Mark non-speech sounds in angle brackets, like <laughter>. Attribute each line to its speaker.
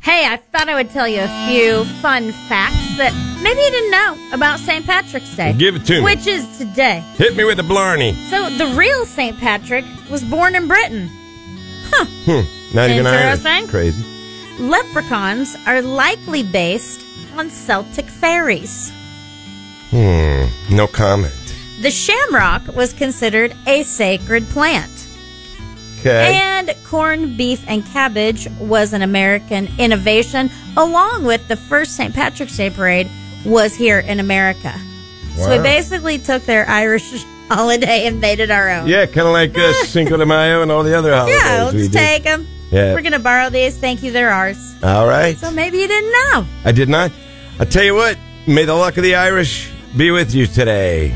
Speaker 1: thought I would tell you a few fun facts that maybe you didn't know about St. Patrick's Day.
Speaker 2: Give it to me.
Speaker 1: Which is today.
Speaker 2: Hit me with a blarney.
Speaker 1: So the real St. Patrick was born in Britain.
Speaker 2: Hmm, Not even I.
Speaker 1: Interesting.
Speaker 2: Crazy.
Speaker 1: Leprechauns are likely based on Celtic fairies.
Speaker 2: Hmm, No comment.
Speaker 1: The shamrock was considered a sacred plant.
Speaker 2: Okay.
Speaker 1: And corned beef and cabbage was an American innovation, along with the first St. Patrick's Day parade was here in America. So
Speaker 2: Wow.
Speaker 1: we basically took their Irish <laughs> holiday and made it our own.
Speaker 2: yeah, kind of like
Speaker 1: <laughs>
Speaker 2: uh, Cinco de Mayo and all the other holidays
Speaker 1: Yeah,
Speaker 2: we
Speaker 1: let's
Speaker 2: do.
Speaker 1: take them.
Speaker 2: Yeah.
Speaker 1: We're going to borrow these. Thank you. They're ours.
Speaker 2: All right.
Speaker 1: So maybe you didn't know.
Speaker 2: I did not. I tell you what, may the luck of the Irish be with you today.